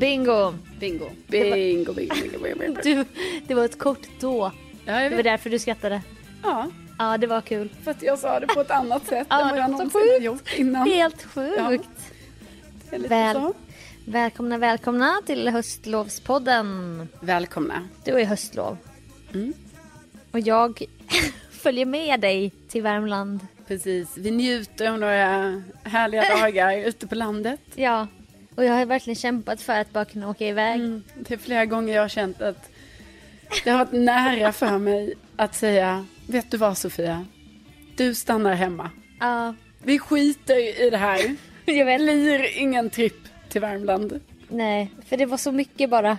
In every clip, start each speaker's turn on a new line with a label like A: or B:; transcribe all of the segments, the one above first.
A: Bingo!
B: Bingo. Bingo, bingo, bingo, bingo, bingo.
A: Du, det var ett kort då.
B: Ja, jag
A: Det var
B: vet.
A: därför du skrattade.
B: Ja,
A: Ja, det var kul.
B: för att jag sa det på ett annat sätt
A: Ja,
B: än vad jag
A: det var
B: någonsin har
A: sjukt.
B: gjort innan.
A: Helt sjukt.
B: Det är lite
A: Väl.
B: så.
A: Välkomna, välkomna till höstlovspodden.
B: Välkomna.
A: Du har ju höstlov. Och jag följer med dig till Värmland.
B: Precis, vi njuter av några härliga dagar ute på landet.
A: Ja. Och jag har verkligen kämpat för att bara kunna åka iväg.
B: Mm. Det är flera gånger jag har känt att det har varit nära för mig att säga, vet du vad Sofia? Du stannar hemma.
A: Ja,
B: Vi skiter i det här.
A: jag
B: Det
A: vet.
B: blir ingen tripp till Värmland.
A: Nej, för det var så mycket bara.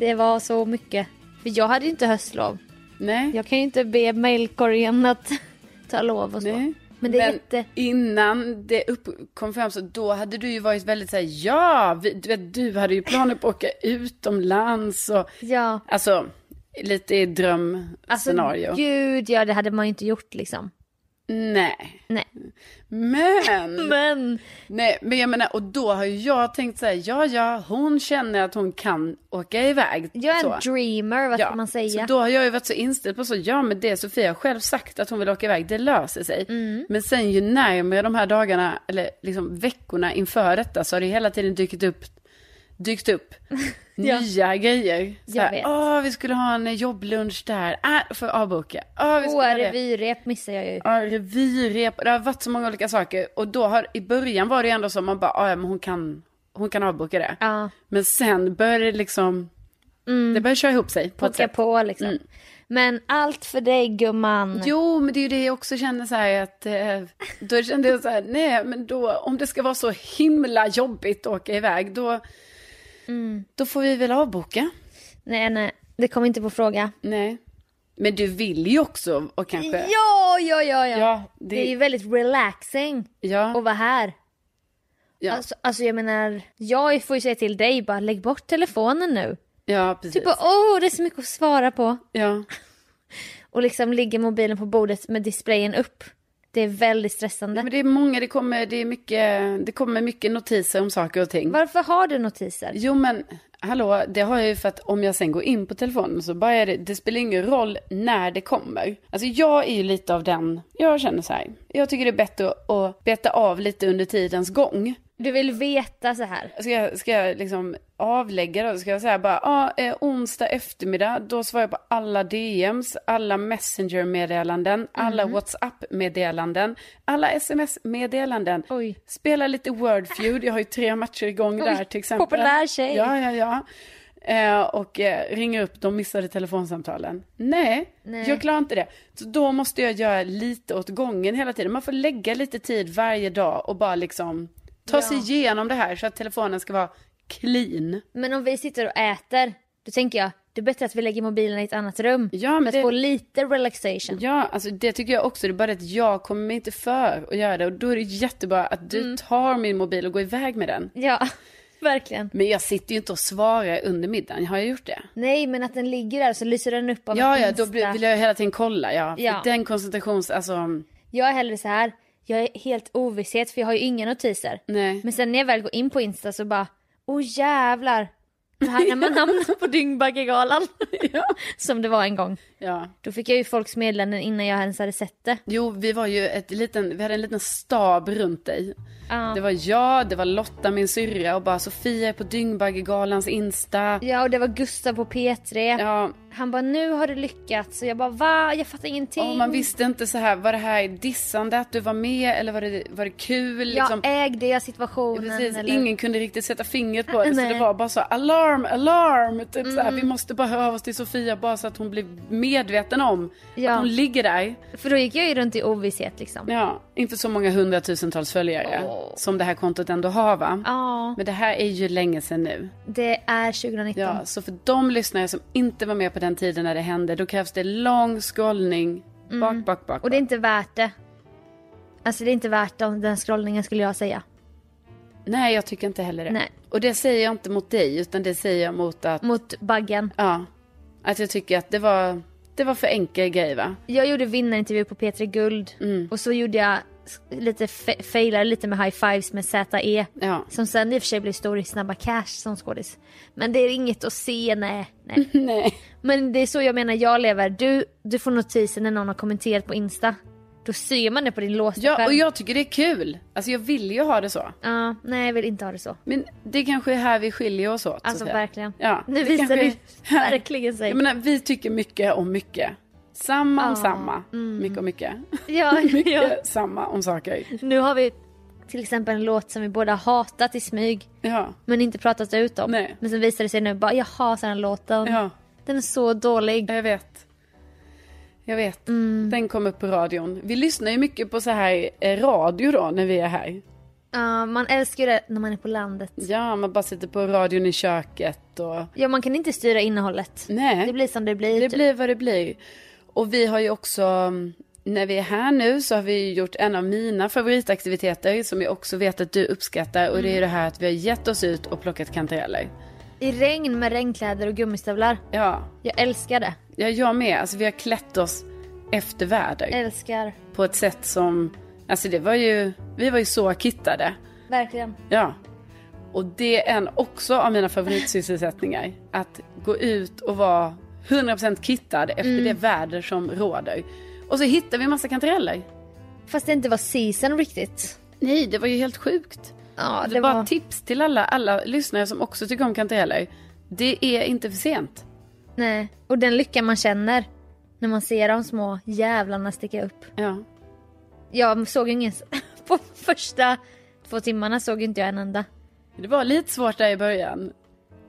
A: Det var så mycket. För jag hade ju inte höstlov.
B: Nej.
A: Jag kan ju inte be mejlkorgen att ta lov och så.
B: Nej.
A: Men det är jätte...
B: innan det upp kom fram så då hade du ju varit väldigt så här, ja, vi, du, vet, du hade ju planer på att åka utomlands och
A: Ja.
B: alltså lite i drömscenario.
A: Alltså, gud ja, det hade man ju inte gjort liksom.
B: Nej,
A: Nej.
B: men,
A: Men!
B: nej, men jag menar, och då har ju jag tänkt så här, ja, ja, hon känner att hon kan åka iväg.
A: Jag är
B: så.
A: en dreamer, vad ska man
B: Så
A: säga?
B: då har jag ju varit så inställd på så, ja men det Sofia har själv sagt att hon vill åka iväg, det löser sig.
A: Mm.
B: Men sen ju närmare de här dagarna, eller liksom veckorna inför detta så har det ju hela tiden dykt upp, dykt upp nya grejer. Så
A: Jag
B: här,
A: vet.
B: Åh, vi skulle ha en jobblunch där, äh, får jag avboka. Åh, vi skulle
A: Åh,
B: ha det.
A: revyrep missar jag ju.
B: Ja, revirep. Det har varit så många olika saker. Och då har, i början var det ju ändå så, man bara, "Ah, ja men hon kan, hon kan avboka det.
A: Ja. Mm.
B: Men sen började det liksom, det började köra ihop sig på ett
A: Pocka
B: sätt. Mm.
A: på liksom. Men allt för dig gumman.
B: Jo, men det är ju det jag också känner så här att eh, då kände jag så här, nej, men då om det ska vara så himla jobbigt att åka iväg, då,
A: Mm.
B: då får vi väl avboka.
A: Nej, nej, det kom inte på fråga.
B: Nej, men du vill ju också och kanske.
A: Ja, ja, ja, ja.
B: Ja, det-
A: det... är ju väldigt relaxing
B: ja,
A: att vara här.
B: ja,
A: Alltså, alltså jag menar, jag får ju säga till dig bara lägg bort telefonen nu.
B: ja, precis.
A: Typ bara, åh det är så mycket att svara på.
B: Ja,
A: Och liksom ligger mobilen på bordet med displayen upp. Det är väldigt stressande.
B: men det är många, det kommer, det är mycket, det kommer mycket notiser om saker och ting.
A: Varför har du notiser?
B: Jo men hallå, det har jag ju för att om jag sen går in på telefonen så bara är det, det spelar ingen roll när det kommer. Alltså jag är ju lite av den, jag känner så här. Jag tycker det är bättre att beta av lite under tidens gång.
A: Du vill veta så här.
B: Ska jag, ska jag liksom avlägga då? Ska jag säga bara, ja, eh, onsdag eftermiddag, då svarar jag på alla DMs, alla Messenger-meddelanden, alla WhatsApp-meddelanden, alla SMS-meddelanden.
A: Oj.
B: Spela lite Word Feud, jag har ju tre matcher igång där till exempel.
A: populär tjej.
B: Ja, ja, ja. Eh, och eh, ringer upp de missade telefonsamtalen. Nej,
A: Nej.
B: jag klarar inte det. Så då måste jag göra lite åt gången hela tiden. Man får lägga lite tid varje dag och bara liksom ta sig igenom det här så att telefonen ska vara clean.
A: Men om vi sitter och äter, då tänker jag det är bättre att vi lägger mobilen i ett annat rum.
B: Ja, men
A: för att
B: det-
A: få lite relaxation.
B: Ja, alltså det tycker jag också. Det är bara det att jag kommer mig inte för att göra det. Och då är det jättebra att du
A: Mm.
B: tar min mobil och går iväg med den.
A: Ja, verkligen.
B: Men jag sitter ju inte och svarar under middagen. Har jag gjort det?
A: Nej men att den ligger där så lyser den upp av
B: Ja,
A: en
B: ja, då
A: Insta.
B: blir- vill jag hela tiden kolla. Ja.
A: Ja.
B: För Den koncentrations... Alltså,
A: Jag är hellre så här. jag är helt ovisshet för jag har ju inga notiser.
B: nej.
A: Men sen när jag väl går in på Insta så bara, åh jävlar. Det här när man hamnar på Dyngbaggegalan. Som det var en gång.
B: Ja.
A: Då fick jag ju folks meddelanden innan jag ens hade sett det.
B: Jo, vi var ju ett liten, vi hade en liten stab runt dig.
A: Ja.
B: Det var jag, det var Lotta, min syrra och bara Sofia är på Dyngbaggegalans Insta.
A: Ja och det var Gustav på P3.
B: Ja,
A: Han bara, nu har du lyckats. Och jag bara, va? Jag fattar ingenting.
B: och man visste inte så här, var det här dissande att du var med eller var det, var det kul?
A: jag
B: Liksom?
A: ägde jag situationen.
B: Precis,
A: eller...
B: ingen kunde riktigt sätta fingret på det. Så
A: Nej. Mm.
B: det var bara så alarm, alarm. Typ så här, vi måste bara höra oss till Sofia bara så att hon blir medveten om
A: Ja.
B: att hon ligger där.
A: För då gick jag ju runt i ovisshet liksom.
B: Ja, inte så många hundratusentals följare som det här kontot ändå har va?
A: Ja,
B: Men det här är ju länge sedan nu.
A: det är 2019.
B: Ja, så för de lyssnare som inte var med på den tiden när det hände, då krävs det lång scrollning bak, bak, bak.
A: Mm. Och det är inte värt det. Alltså det är inte värt den den scrollningen skulle jag säga.
B: Nej, jag tycker inte heller det.
A: Nej. Mm.
B: Och det säger jag inte mot dig, utan det säger jag mot att,
A: Mot baggen.
B: ja, att jag tycker att det var, det var för enkel grej va?
A: Jag gjorde vinnarintervju på P3 Guld
B: Mm.
A: och så gjorde jag s- lite, fe- failade lite med high fives med ZE.
B: Ja.
A: Som sen i och för sig blev stor i Snabba Cash som skådis. Men det är inget att se, nej.
B: Mm.
A: nej.
B: Nej.
A: Men det är så jag menar jag lever. Du, du får notiser när någon har kommenterat på Insta. Då ser man det på din låsta
B: Ja,
A: skärm.
B: och jag tycker det är kul. Alltså jag vill ju ha det så.
A: Ja, nej jag vill inte ha det så.
B: Men det kanske är här vi skiljer oss åt.
A: Alltså
B: Sofia.
A: verkligen.
B: Ja,
A: nu
B: det
A: visar
B: kanske-
A: du verkligen sig.
B: Jag menar, vi tycker mycket om mycket. Samma om samma. Mycket om mycket.
A: Ja,
B: mycket
A: Mm. ja.
B: samma om saker.
A: Nu har vi till exempel en låt som vi båda hatat i smyg
B: Ja.
A: men inte pratat ut om.
B: Nej.
A: Men sen visar det sig nu bara jag hatar den låten.
B: Ja,
A: Den är så dålig.
B: jag vet. Jag vet.
A: Mm.
B: Den kom upp på radion. Vi lyssnar ju mycket på så här eh, radio då när vi är här.
A: Ja, Eh, man älskar ju det när man är på landet.
B: Ja, man bara sitter på radion i köket och...
A: Ja man kan inte styra innehållet.
B: Nej.
A: Det blir som det blir.
B: Det
A: typ.
B: blir vad det blir. Och vi har ju också, mm, när vi är här nu så har vi ju gjort en av mina favoritaktiviteter som jag också vet att du uppskattar och det är
A: Mm.
B: ju det här att vi har gett oss ut och plockat kantareller.
A: I regn med regnkläder och gummistövlar.
B: Ja,
A: Jag älskar det.
B: ja, jag med. Alltså vi har klätt oss efter väder
A: Älskar.
B: på ett sätt som, alltså det var ju, vi var ju så kittade.
A: Verkligen.
B: Ja. Och det är en också av mina favoritsysselsättningar. Att gå ut och vara 100% kittad efter det väder som råder. Och så hittar vi massa kantareller.
A: Fast det inte var season riktigt.
B: Nej, det var ju helt sjukt.
A: Ja
B: det
A: det
B: Bara
A: var...
B: tips till alla, alla lyssnare som också tycker om kantareller. Det är inte för sent.
A: Nej. Och den lycka man känner när man ser de små jävlarna sticka upp.
B: Ja.
A: Jag såg ju ingen... På första två timmarna såg inte jag en enda.
B: Det var lite svårt där i början.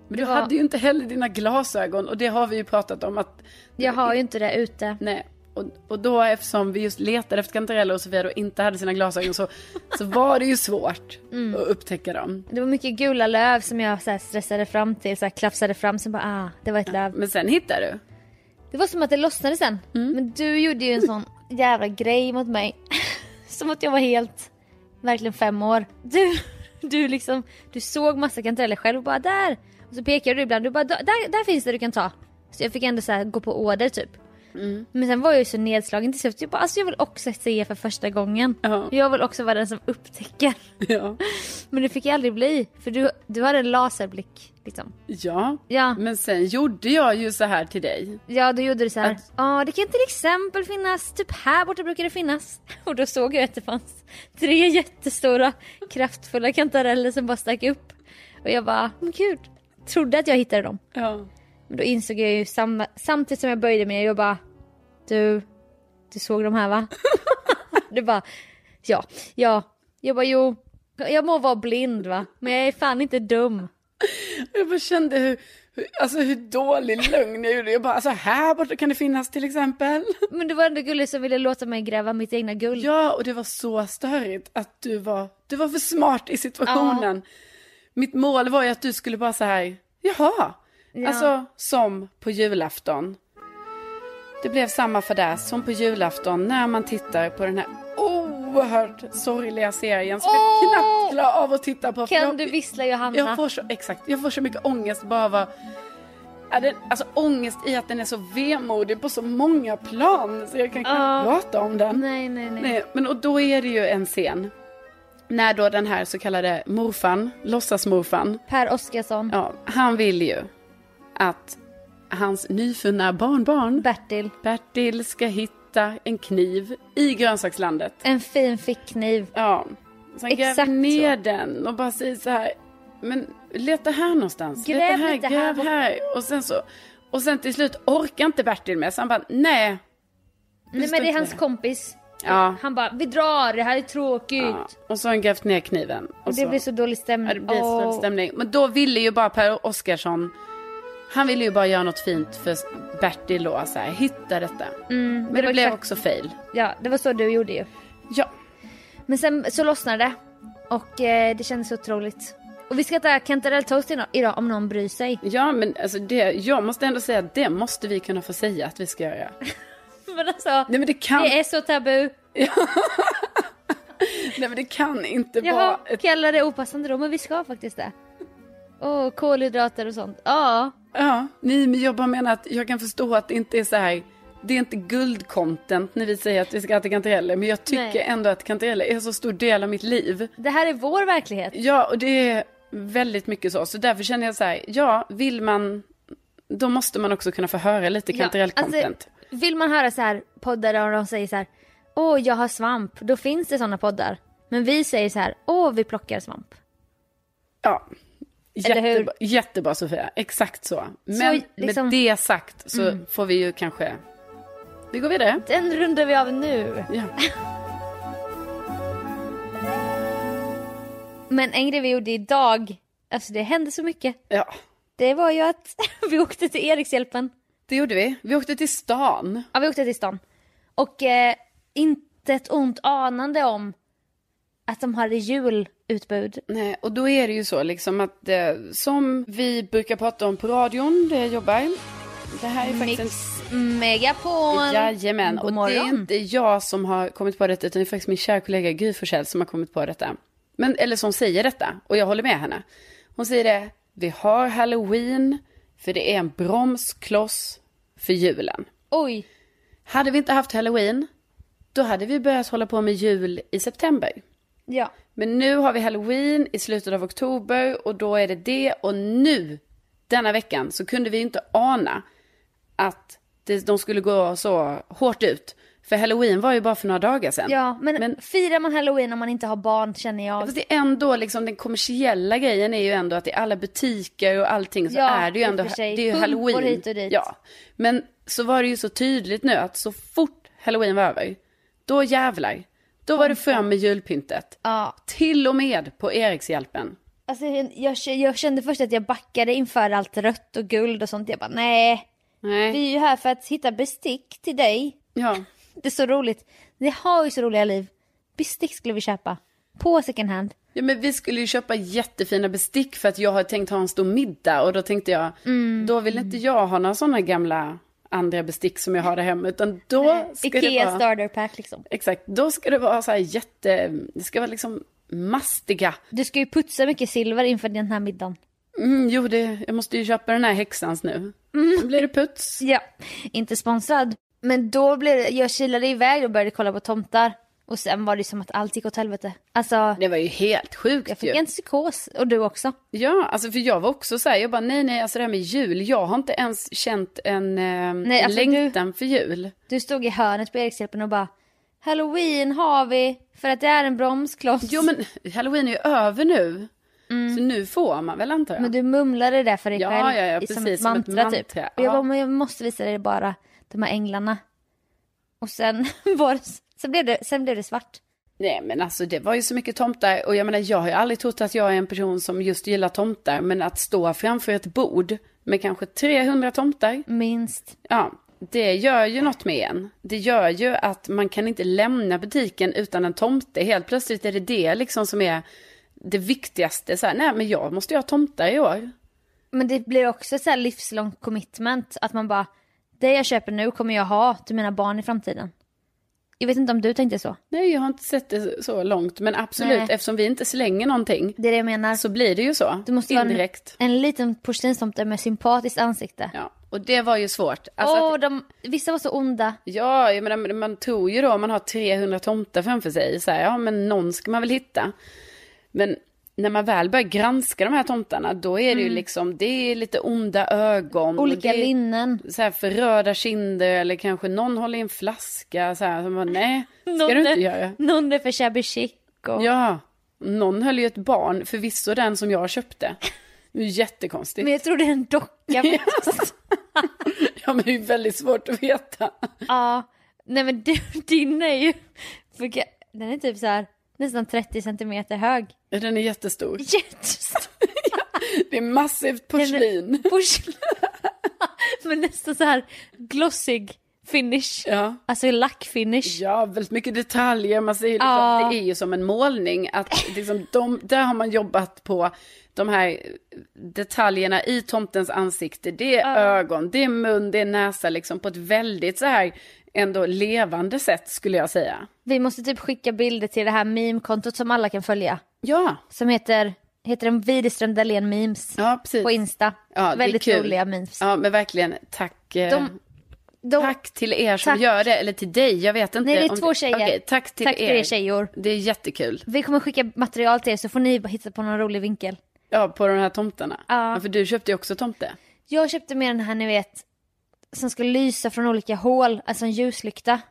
B: Men du
A: var-
B: hade ju inte heller dina glasögon och det har vi ju pratat om att
A: Jag har ju inte det ute.
B: Nej. Och, och då eftersom vi just letade efter kantareller och Sofia då inte hade sina glasögon så, så var det ju svårt att upptäcka dem.
A: Det var mycket gula löv som jag så här stressade fram till, så här klafsade fram, sen bara ah, det var ett löv.
B: Men Mm. sen hittade du.
A: Det var som att det lossnade sen. Men du gjorde ju en sån jävla grej mot mig. som att jag var helt, verkligen fem år. Du, du liksom, du såg massa kantareller själv och bara där. Och så pekade du ibland, du bara där, där finns det du kan ta. Så jag fick ändå så här gå på order typ.
B: Mm.
A: Men sen var jag ju så nedslagen till slut. Jag bara, alltså jag vill också se för första gången.
B: Ja.
A: Jag vill också vara den som upptäcker.
B: Ja.
A: Men det fick jag aldrig bli. För du, du hade en laserblick liksom.
B: ja.
A: Ja.
B: Men sen gjorde jag ju så här till dig.
A: Ja, då gjorde du så här. Ja, det kan till exempel finnas, typ här borta brukar det finnas. Och då såg jag att det fanns tre jättestora kraftfulla kantareller som bara stack upp. Och jag bara, men gud. Trodde att jag hittade dem.
B: Ja.
A: Men då insåg jag ju sam- samtidigt som jag böjde mig, jag bara, du, du såg de här va? du bara, ja, ja. Jag bara, jo. Jag må vara blind va, men jag är fan inte dum.
B: Jag bara kände hur, hur- alltså hur dålig lögn jag gjorde. Jag bara, alltså här borta kan det finnas till exempel.
A: Men du var ändå gullig som ville låta mig gräva mitt egna guld.
B: Ja, och det var så störigt att du var, du var för smart i situationen. Mitt mål var ju att du skulle bara så här, jaha.
A: Ja.
B: Alltså som på julafton. Det blev samma för där som på julafton när man tittar på den här oerhört sorgliga serien som jag
A: Åh!
B: knappt klarar av att titta på. för
A: Kan
B: jag-
A: du vissla Johanna?
B: jag får så, exakt, jag får så mycket ångest bara av att- är det, alltså ångest i att den är så vemodig på så många plan så jag kan knappt prata om den.
A: Nej, nej, nej.
B: Nej, men och då är det ju en scen. När då den här så kallade morfan, låtsasmorfan,
A: Per Oskarsson.
B: ja, han vill ju att hans nyfunna barnbarn
A: Bertil.
B: Bertil ska hitta en kniv i grönsakslandet.
A: En fin fickkniv.
B: Ja. Så han gräver
A: Exakt
B: ner den och bara säger så här. Men leta här någonstans.
A: Gräv
B: leta här,
A: lite här
B: gräv
A: borta."
B: här. Och sen så. Och sen till slut orkar inte Bertil med. Så han bara, nej.
A: Nej men det är hans kompis.
B: Ja.
A: Han bara, vi drar, det här är tråkigt.
B: ja. Och så har han grävt ner kniven. Och
A: Och det
B: så,
A: blir så dålig stämning.
B: ja, det blir
A: Åh.
B: så stämning. Men då ville ju bara Per Oscarsson. Han ville ju bara göra något fint för Bertil då. Så här, hitta detta. Men det,
A: Mm, var
B: blev
A: exakt-
B: också fail.
A: Ja, det var så du gjorde ju.
B: Ja.
A: Men sen så lossnade det. Och eh, det kändes otroligt. Och vi ska äta kantarelltoast ino- idag om någon bryr sig.
B: Ja men alltså det, jag måste ändå säga att det måste vi kunna få säga att vi ska göra.
A: Men alltså,
B: Nej men det kan
A: det är så tabu.
B: Nej men det kan inte
A: Jaha,
B: vara ett...
A: kallar det opassande då? Men vi ska faktiskt det. Och kolhydrater och sånt. Ja.
B: Ja, nej men jag bara menar att jag kan förstå att det inte är så här... Det är inte guldcontent när vi säger att vi ska äta kantareller. Men jag tycker
A: Nej.
B: ändå att kantareller är en så stor del av mitt liv.
A: Det här är vår verklighet.
B: Ja, och det är väldigt mycket så. Så därför känner jag så här, ja, vill man... Då måste man också kunna få höra lite kantarellcontent.
A: alltså, vill man höra så här poddar där de säger så här Åh, jag har svamp. Då finns det sådana poddar. Men vi säger så här Åh, vi plockar svamp.
B: Ja.
A: Eller hur?
B: Jättebra, jättebra Sofia, exakt så. Men
A: liksom- Mm.
B: med det sagt så får vi ju kanske... Vi går vidare.
A: Den rundar vi av nu.
B: Ja.
A: Men en grej vi gjorde idag, alltså det hände så mycket.
B: ja.
A: Det var ju att vi åkte till Erikshjälpen.
B: Det gjorde vi. Vi åkte till stan.
A: Ja, vi åkte till stan. Och eh, inte ett ont anande om att de hade julutbud.
B: Nej, och då är det ju så liksom att eh, som vi brukar prata om på radion där jag jobbar. Det här är faktiskt
A: Mix
B: en...
A: Megapol.
B: Jajamän,
A: God
B: och det är
A: morgon.
B: inte jag som har kommit på detta utan det är faktiskt min kära kollega Gry Forssell som har kommit på detta. Men, eller som säger detta, och jag håller med henne. Hon säger det, vi har halloween för det är en bromskloss för julen.
A: Oj,
B: Hade vi inte haft halloween, då hade vi börjat hålla på med jul i september.
A: ja.
B: Men nu har vi halloween i slutet av oktober och då är det det. Och nu, denna veckan, så kunde vi ju inte ana att det, de skulle gå så hårt ut. För halloween var ju bara för några dagar sedan.
A: Ja, men,
B: Men-
A: firar man halloween om man inte har barn känner jag.
B: Fast det är ändå liksom den kommersiella grejen är ju ändå att i alla butiker och allting så
A: Ja,
B: är det ju
A: i och
B: ändå
A: för sig.
B: det är ju
A: Pumpor
B: halloween.
A: hit och dit.
B: Ja. Men så var det ju så tydligt nu att så fort halloween var över, då jävlar, då var det fram med julpyntet.
A: Ja.
B: Till och med på Erikshjälpen.
A: Alltså, jag, jag kände först att jag backade inför allt rött och guld och sånt. Jag bara nej,
B: Nej.
A: vi är ju här för att hitta bestick till dig.
B: Ja.
A: Det är så roligt. Ni har ju så roliga liv. Bestick skulle vi köpa. På second hand.
B: ja, men vi skulle ju köpa jättefina bestick för att jag har tänkt ha en stor middag och då tänkte jag,
A: Mm.
B: då vill inte jag ha några sådana gamla andra bestick som jag har där hemma utan då ska det
A: Ikea
B: vara...
A: starter pack liksom.
B: Exakt, då ska det vara så här jätte, det ska vara liksom mastiga.
A: Du ska ju putsa mycket silver inför den här middagen.
B: Mm, jo, det, jag måste ju köpa den här häxans nu. Då blir det puts.
A: Mm. Ja, inte sponsrad. Men då blev det, jag kilade iväg och började kolla på tomtar. Och sen var det som att allt gick åt helvete. Alltså,
B: Det var ju helt sjukt
A: jag fick
B: ju.
A: en psykos. Och du också.
B: Ja, alltså för jag var också så här, jag bara nej, nej, alltså det här med jul, jag har inte ens känt en eh,
A: Nej, alltså du-
B: längtan för jul.
A: Du stod i hörnet på Erikshjälpen och bara Halloween har vi för att det är en bromskloss.
B: Jo, men halloween är ju över nu. Så nu får man väl antar jag.
A: Mm. Men du mumlade det för dig
B: Ja,
A: själv
B: ja, ja,
A: i- som,
B: precis,
A: ett
B: som ett
A: mantra, typ.
B: mantra,
A: Och jag
B: ja.
A: bara, men jag måste visa dig bara de här änglarna. Och sen, var, det- sen, blev, det, sen blev det svart.
B: Nej men alltså det var ju så mycket tomtar och jag menar jag har ju aldrig trott att jag är en person som just gillar tomtar men att stå framför ett bord med kanske 300 tomtar.
A: Minst.
B: Ja, det gör ju något med en. Det gör ju att man kan inte lämna butiken utan en tomte. Helt plötsligt är det det liksom som är det viktigaste. Så här, nej men jag måste ju ha tomtar i år.
A: Men det blir också ett så här livslångt commitment. Att man bara, det jag köper nu kommer jag ha till mina barn i framtiden. Jag vet inte om du tänkte så.
B: Nej, jag har inte sett det så långt. Men absolut,
A: Nej.
B: eftersom vi inte slänger någonting
A: Det är det jag menar.
B: så blir det ju så.
A: du måste
B: indirekt.
A: vara en, en liten porslinstomte med sympatiskt ansikte.
B: Ja, och det var ju svårt. Alltså
A: Åh,
B: att,
A: de, vissa var så onda.
B: ja, jag menar, man tror ju då om man har 300 tomtar framför sig, så här, ja men någon ska man väl hitta. Men när man väl börjar granska de här tomtarna, då är det ju liksom, det är lite onda ögon. och
A: Mm. Olika
B: det är
A: linnen.
B: Så här förröda kinder eller kanske någon håller i en flaska så här. Så man, nej, ska
A: Någon
B: du
A: är-
B: inte göra.
A: Någon är för shabby chic. Och...
B: Ja, någon höll ju ett barn, förvisso den som jag köpte. Det är ju jättekonstigt.
A: Men jag tror det är en docka faktiskt.
B: Ja, men det är ju väldigt svårt att veta.
A: Ja, nej men du, din är ju, Vilka- den är typ så här nästan 30 centimeter hög.
B: Den är jättestor.
A: Jättestor
B: Det är massivt porslin.
A: porslin. men nästan så här glossig finish.
B: Ja.
A: Alltså lackfinish.
B: Ja, väldigt mycket detaljer. Man ser ju liksom,
A: Ja.
B: Det är ju som en målning. Att liksom de, där har man jobbat på de här detaljerna i tomtens ansikte. Det är ögon, det är mun, det är näsa. Liksom, på ett väldigt så här ändå levande sätt skulle jag säga.
A: Vi måste typ skicka bilder till det här meme-kontot som alla kan följa.
B: Ja,
A: Som heter, heter den Widerström Dahlén memes.
B: ja precis.
A: På Insta.
B: Ja, det är
A: Väldigt
B: kul.
A: roliga memes.
B: Ja, men verkligen. Tack. eh,
A: De- De,
B: Tack till er som
A: Tack.
B: gör det, eller till dig, jag vet inte.
A: Nej, det är
B: om
A: två tjejer.
B: Okej, tack till
A: Tack till
B: er.
A: er tjejer.
B: Det är jättekul.
A: Vi kommer skicka material till er så får ni bara hitta på någon rolig vinkel.
B: Ja, på de här tomtarna.
A: Ja.
B: för du köpte ju också tomte.
A: Jag köpte med den här ni vet, som ska lysa från olika hål, alltså en ljuslykta.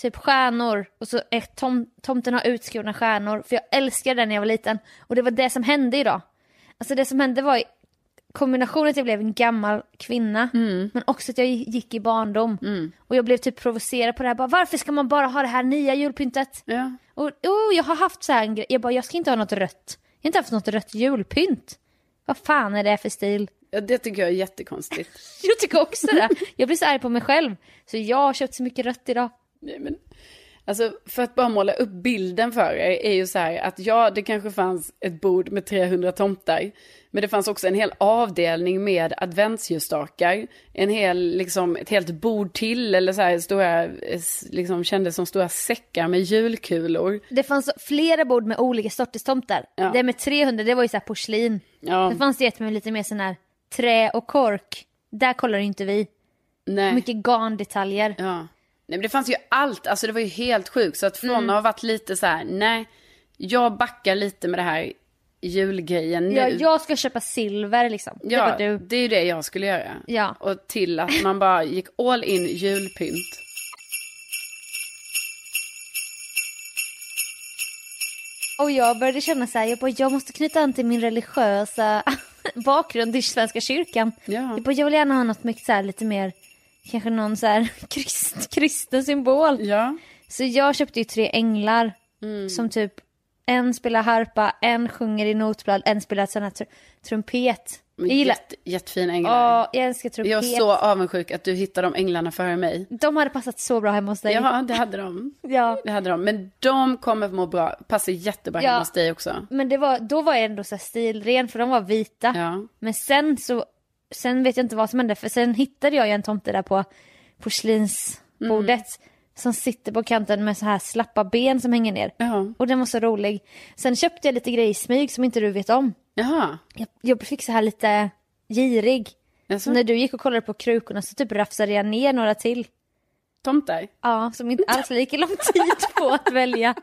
A: Typ stjärnor och så är tom, tomten har utskurna stjärnor. För jag älskade den när jag var liten. Och det var det som hände idag. Alltså det som hände var i kombinationen att jag blev en gammal kvinna men också att jag gick i barndom. Och jag blev typ provocerad på det här. Bara, Varför ska man bara ha det här nya julpyntet?
B: Ja.
A: Och oh, jag har haft så här en grej. Jag bara, jag ska inte ha något rött. Jag har inte haft något rött julpynt. Vad fan är det för stil?
B: Ja, det tycker jag är jättekonstigt.
A: Jag tycker också det. Jag blir så arg på mig själv. Så jag har köpt så mycket rött idag.
B: Nej, men, alltså, för att bara måla upp bilden för er är ju så här att ja, det kanske fanns ett bord med 300 tomtar. Men det fanns också en hel avdelning med adventsljusstakar. En hel, liksom, ett helt bord till eller så här stora, eh, s- liksom kändes som stora säckar med julkulor.
A: Det fanns flera bord med olika sorters tomtar.
B: Ja.
A: Det med 300, det var ju så här porslin.
B: Ja,
A: Det fanns det ett med lite mer sån här trä och kork. Där kollar inte vi.
B: nej.
A: Mycket garndetaljer.
B: Ja. Nej, men det fanns ju allt, alltså det var ju helt sjukt. Så att från
A: Mm.
B: att ha varit lite så här, nej, jag backar lite med det här julgrejen nu.
A: Ja, jag ska köpa silver liksom. det
B: Ja,
A: var du.
B: det är ju det jag skulle göra.
A: Ja.
B: Och till att man bara gick all in julpynt.
A: Och jag började känna så här, jag, bara, jag måste knyta an till min religiösa bakgrund i Svenska kyrkan.
B: Ja.
A: Jag, bara, jag vill gärna ha något mycket så här, lite mer, kanske någon så här krist, kristen symbol.
B: Ja.
A: Så jag köpte ju tre änglar
B: Mm.
A: som typ en spelar harpa, en sjunger i notblad, en spelar sån här tr- trumpet. Jag gillar,
B: Jätte, jättefina änglar.
A: ja, jag älskar trumpet.
B: jag är så avundsjuk att du hittade de änglarna före mig.
A: De hade passat så bra hemma hos dig.
B: Ja, det hade de.
A: Ja.
B: Det hade de. Men de kommer att må bra, passar jättebra
A: Ja.
B: hemma hos dig också.
A: Men det var, då var jag ändå så här stilren för de var vita.
B: Ja.
A: Men sen så, sen vet jag inte vad som hände för sen hittade jag ju en tomte där på
B: Mm.
A: porslinsbordet. Som sitter på kanten med så här slappa ben som hänger ner.
B: Ja.
A: Och den var så rolig. Sen köpte jag lite grejer i smyg som inte du vet om.
B: Jaha.
A: Jag, jag fick så här lite girig.
B: Alltså,
A: Så när du gick och kollade på krukorna så typ rafsade jag ner några till.
B: tomtar?
A: Ja, som inte alls lika lång tid på att välja.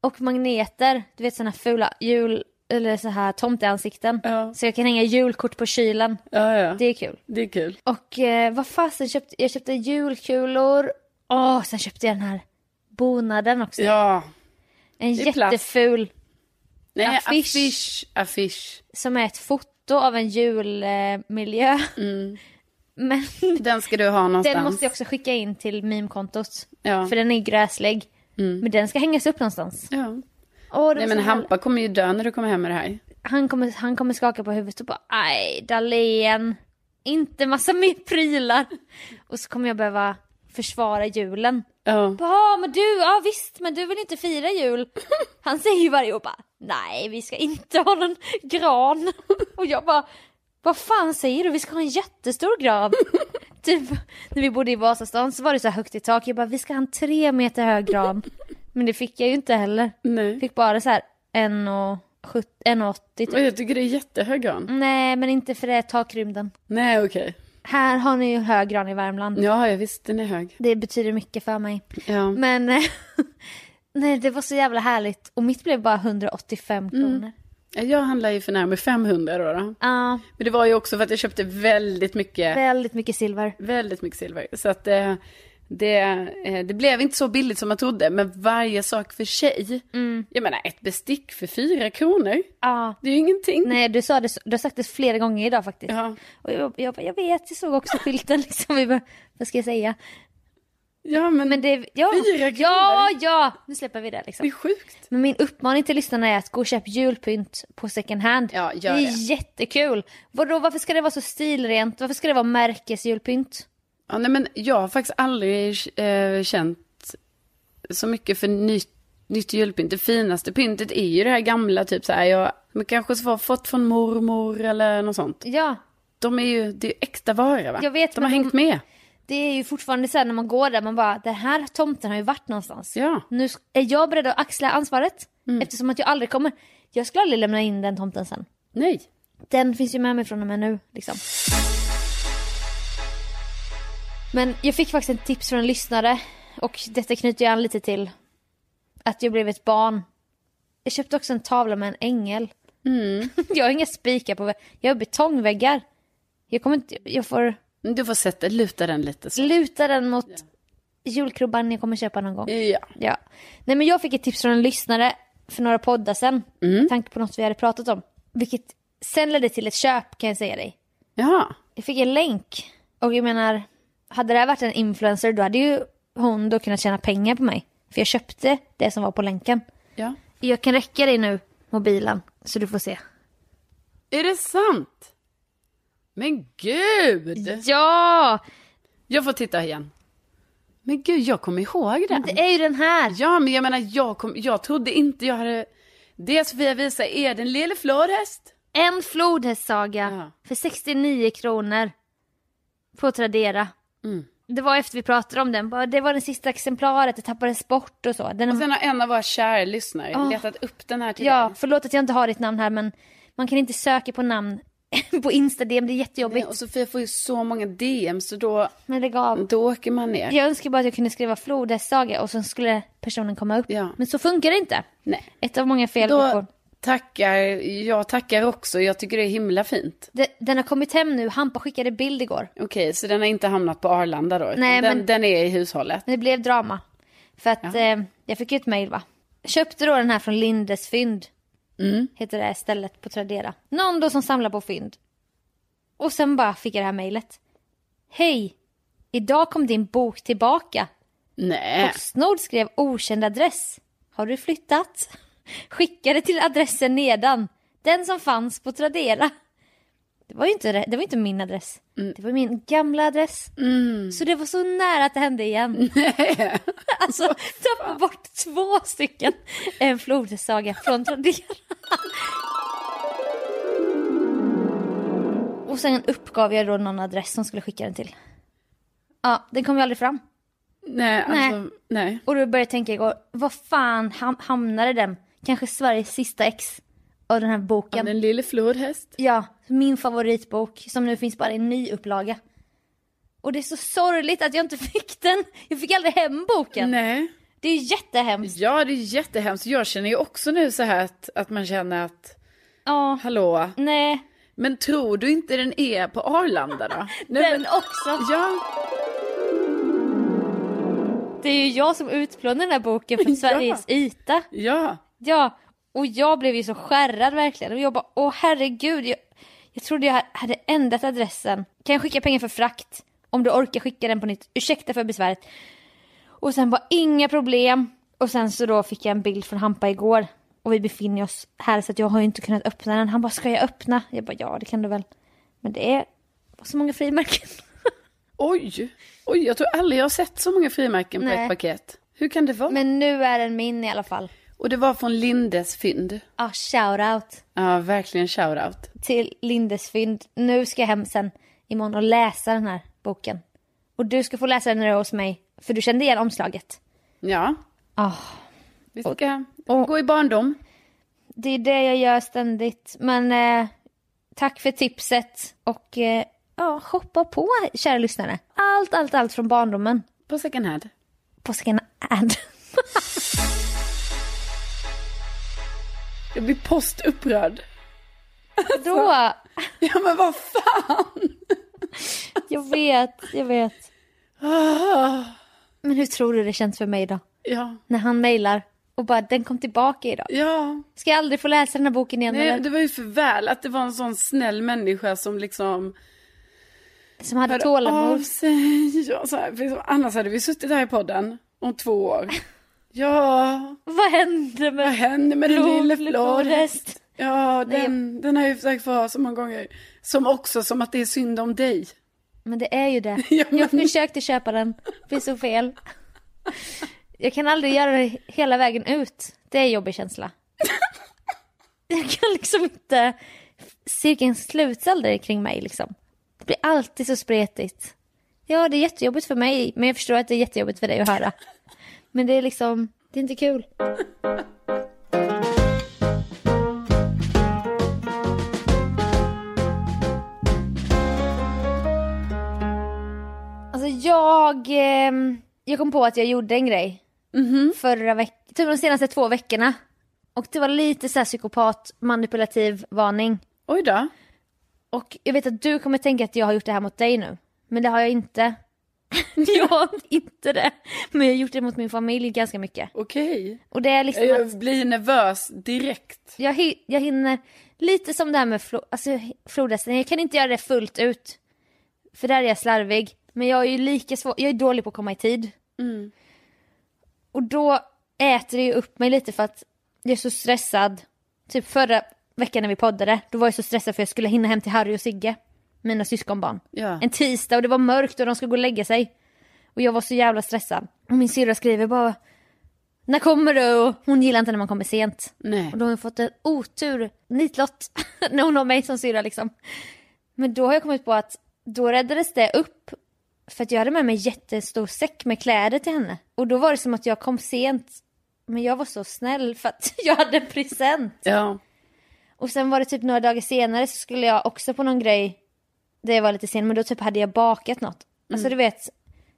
A: Och magneter, du vet sådana fula jul eller så här tomteansikten.
B: Ja.
A: Så jag kan hänga julkort på kylen.
B: Ja, ja.
A: Det är kul.
B: Det är kul.
A: Och eh, vad fasen köpte jag? köpte julkulor. Åh, sen köpte jag den här bonaden också.
B: Ja.
A: en
B: det är plast.
A: jätteful
B: Nej,
A: Affisch.
B: affisch. affisch.
A: som är ett foto av en julmiljö. Eh, miljö.
B: Mm.
A: Men
B: Den ska du ha någonstans.
A: den måste jag också skicka in till meme-kontot.
B: Ja.
A: För den är gräslig. Men den ska hängas upp någonstans.
B: Ja.
A: Åh,
B: Nej,
A: det var
B: men
A: så härligt.
B: Hampa kommer ju dö när du kommer hem med det här.
A: han, kommer, han kommer skaka på huvudet och bara aj, Dahlén. Inte massa mer prylar. Och så kommer jag behöva försvara julen.
B: Ja.
A: Ja men du, ja visst men du vill inte fira jul. Han säger ju varje år bara nej vi ska inte ha någon gran. Och jag bara vad fan säger du? Vi ska ha en jättestor gran. typ när vi bodde i Vasastan så var det så här högt i tak. Jag bara vi ska ha en tre meter hög gran. Men det fick jag ju inte heller.
B: Nej.
A: Fick bara så här en och, sjut- en och 80 typ.
B: Och jag tycker det är jättehög gran.
A: Nej men inte för det är takrymden.
B: Nej okej.
A: Här har ni ju hög gran i Värmland.
B: Ja, jag visst den är hög.
A: Det betyder mycket för mig.
B: Ja.
A: Men eh, nej, det var så jävla härligt. Och mitt blev bara 185
B: Mm.
A: kronor.
B: Jag handlar ju för närmare 500 då, då.
A: Ja,
B: Men det var ju också för att jag köpte väldigt mycket,
A: väldigt mycket silver.
B: väldigt mycket silver. Så att eh, det, eh, det blev inte så billigt som man trodde. Men varje sak för sig.
A: Mm.
B: Jag menar ett bestick för fyra kronor.
A: Ja.
B: Det är ju ingenting.
A: Nej, du, sa det, så- du har sagt det flera gånger idag faktiskt.
B: Ja.
A: Och jag, jag, bara, jag vet, jag såg också skylten liksom. Vi bara, vad ska jag säga?
B: Ja men,
A: Men
B: det...
A: det, ja,
B: Fyra
A: ja,
B: kronor.
A: ja, nu släpper vi det
B: det är
A: liksom.
B: sjukt.
A: Men min uppmaning till lyssnarna är att gå och köp julpynt på second hand.
B: Ja, gör
A: det
B: det.
A: är jättekul. Vadå, varför ska det vara så stilrent? Varför ska det vara märkesjulpynt?
B: Ja, nej, men jag har faktiskt aldrig eh, känt så mycket för nytt, nytt julpynt. Det finaste pyntet är ju det här gamla, typ så här, jag men kanske så har fått från mormor eller något sånt.
A: Ja,
B: De är ju, det är ju äkta vara va?
A: Jag vet,
B: de har
A: men de-
B: hängt med.
A: Det är ju fortfarande så här när man går där, man bara den här tomten har ju varit någonstans.
B: Ja.
A: Nu sk- är jag beredd att axla ansvaret eftersom att jag aldrig kommer. Jag skulle aldrig lämna in den tomten sen.
B: Nej.
A: Den finns ju med mig från och med nu liksom. Men jag fick faktiskt ett tips från en lyssnare och detta knyter jag an lite till att jag blev ett barn. Jag köpte också en tavla med en ängel. jag har inga spikar på vä- jag har betongväggar. Jag kommer inte, jag får
B: Men Du får sätta, luta den lite så.
A: Luta den mot julkrubban jag kommer köpa någon gång.
B: Ja.
A: Ja. Nej men jag fick ett tips från en lyssnare för några poddar sen.
B: Mm.
A: Med tanke på något vi hade pratat om. Vilket sen ledde till ett köp kan jag säga dig.
B: Jaha.
A: Jag fick en länk. Och jag menar, hade det här varit en influencer då hade ju hon då kunnat tjäna pengar på mig. För jag köpte det som var på länken.
B: Ja.
A: Jag kan räcka dig nu mobilen så du får se.
B: Är det sant? Men gud!
A: Ja!
B: Jag får titta igen. Men gud, jag kommer ihåg den.
A: Det är ju den här.
B: Ja, men jag menar, jag, kom, jag trodde inte jag hade... Det Sofia visar är den lille flodhäst.
A: En flodhästsaga
B: Ja.
A: för 69 kronor på Tradera.
B: Mm.
A: Det var efter vi pratade om den, bara, det var det sista exemplaret, det tappades bort och så. Den,
B: Och sen har en av våra kära lyssnare letat upp den här till
A: Ah. ja,
B: dig.
A: förlåt att jag inte har ditt namn här men man kan inte söka på namn på Insta-DM, det är jättejobbigt.
B: Ja, Och Mm. Sofia får ju så många DM så då,
A: Men lägg av.
B: då åker man ner.
A: Jag önskar bara att jag kunde skriva flodhästsaga och så skulle personen komma upp.
B: Ja.
A: Men så funkar det inte.
B: Nej.
A: Ett av många fel.
B: Då
A: på-
B: tackar, jag tackar också. Jag tycker det är himla fint.
A: De- Den har kommit hem nu, Hampa skickade bild igår.
B: Okej, så den har inte hamnat på Arlanda då? utan
A: Nej,
B: den,
A: men-
B: den är i hushållet?
A: Men det blev drama. För att eh, jag fick ju ett mejl va. Köpte då den här från Lindes fynd. Heter det här stället på Tradera. Någon då som samlar på fynd. Och sen bara fick jag det här mejlet. Hej! Idag kom din bok tillbaka.
B: Nej.
A: Postnord skrev okänd adress. Har du flyttat? Skickade till adressen nedan. Den som fanns på Tradera. Det var ju inte, det var inte min adress. Det var min gamla adress. Så det var så nära att det hände igen. alltså, tappa bort två stycken. En flodsaga från Tradera. Och sen uppgav jag då någon adress som skulle skicka den till. Ja, den kom ju aldrig fram.
B: Nej, alltså, nej.
A: Och då började jag tänka igår, vad fan ham- hamnade den? Kanske Sveriges sista ex av den här boken.
B: Den lille flodhäst.
A: Ja, min favoritbok som nu finns bara i en ny upplaga. Och det är så sorgligt att jag inte fick den. Jag fick aldrig hem boken.
B: Nej.
A: Det är ju jättehemskt.
B: Ja, det är jättehemskt. Jag känner ju också nu så här att, att man känner att,
A: Ja,
B: hallå,
A: nej.
B: Men tror du inte den är på Arlanda då? Nej,
A: Den
B: men-
A: också.
B: Ja,
A: Det är ju jag som utplånar den här boken från
B: Ja.
A: Sveriges yta.
B: ja.
A: Ja, och jag blev ju så skärrad verkligen. Och jag bara, åh herregud. Jag, jag trodde jag hade ändrat adressen. Kan jag skicka pengar för frakt? Om du orkar skicka den på nytt. Ursäkta för besväret. Och sen bara, inga problem. Och sen så då fick jag en bild från Hampa igår. Och vi befinner oss här så att jag har ju inte kunnat öppna den. Han bara, ska jag öppna? Jag bara, ja det kan du väl. Men det är så många frimärken.
B: Oj! Oj, jag tror aldrig jag har sett så många frimärken på
A: Nej.
B: ett paket. Hur kan det vara?
A: Men nu är den min i alla fall.
B: Och det var från Lindes fynd.
A: Ah, shoutout
B: Ja, verkligen shoutout.
A: till Lindes fynd. Nu ska jag hem sen imorgon och läsa den här boken. Och du ska få läsa den när du är hos mig, för du kände igen omslaget.
B: Ja,
A: Ah,
B: vi ska
A: och-
B: gå i barndom.
A: det är det jag gör ständigt. Men eh, tack för tipset och eh, ja, shoppa på kära lyssnare. Allt, allt, allt från barndomen
B: På second hand.
A: på second hand.
B: Jag blir postupprörd.
A: Då,
B: Ja, men vad fan!
A: jag vet, jag vet.
B: Ah,
A: Men hur tror du det känns för mig då?
B: Ja,
A: När han mejlar och bara den kom tillbaka idag.
B: ja.
A: Ska jag aldrig få läsa den här boken igen
B: Nej,
A: eller?
B: det var ju för väl att det var en sån snäll människa som liksom
A: Som hade
B: hörde av
A: tålamod.
B: sig. Och så här, för liksom, annars hade vi suttit här i podden om två år. Ja,
A: Vad hände
B: vad
A: med
B: hände med den lille
A: Blom-
B: Florest?
A: Florest?
B: Ja,
A: Nej,
B: den, den har jag ju försökt få ha så många gånger. Som också som att det är synd om dig.
A: Men det är ju det.
B: Ja, men-
A: Jag försökte köpa den. Det så fel. Jag kan aldrig göra det hela vägen ut. Det är en jobbig känsla. Jag kan liksom inte... Cirkeln sluts aldrig kring mig liksom. Det blir alltid så spretigt. Ja, det är jättejobbigt för mig. Men jag förstår att det är jättejobbigt för dig att höra. Men det är liksom... Det är inte kul. Alltså jag... ehm, jag kom på att jag gjorde en grej. Förra veckan, typ de senaste två veckorna. Och det var lite så här psykopat, manipulativ varning.
B: Oj då.
A: Och jag vet att du kommer tänka att jag har gjort det här mot dig nu. Men det har jag inte. jag har inte det. Men jag har gjort det mot min familj ganska mycket.
B: Okej.
A: Och det är liksom att-
B: Jag blir nervös direkt.
A: jag, hi- jag hinner, lite som det här med flo- alltså, hi- flodhästen, jag kan inte göra det fullt ut. För där är jag slarvig. Men jag är ju lika svår, jag är dålig på att komma i tid. Och då äter det ju upp mig lite för att jag är så stressad. Typ förra veckan när vi poddade, då var jag så stressad för jag skulle hinna hem till Harry och Sigge. Mina syskonbarn.
B: Ja.
A: En tisdag och det var mörkt och de skulle gå och lägga sig. Och jag var så jävla stressad. Och min syrra skriver bara När kommer du? Och hon gillar inte när man kommer sent.
B: Nej.
A: Och då har hon fått en otur, nitlott, när hon har mig som syrra liksom. Men då har jag kommit på att då räddades det upp. För att jag hade med mig en jättestor säck med kläder till henne. Och då var det som att jag kom sent. Men jag var så snäll för att jag hade en present.
B: Ja.
A: Och sen var det typ några dagar senare så skulle jag också på någon grej där jag var lite sen, men då typ hade jag bakat något. Alltså du vet,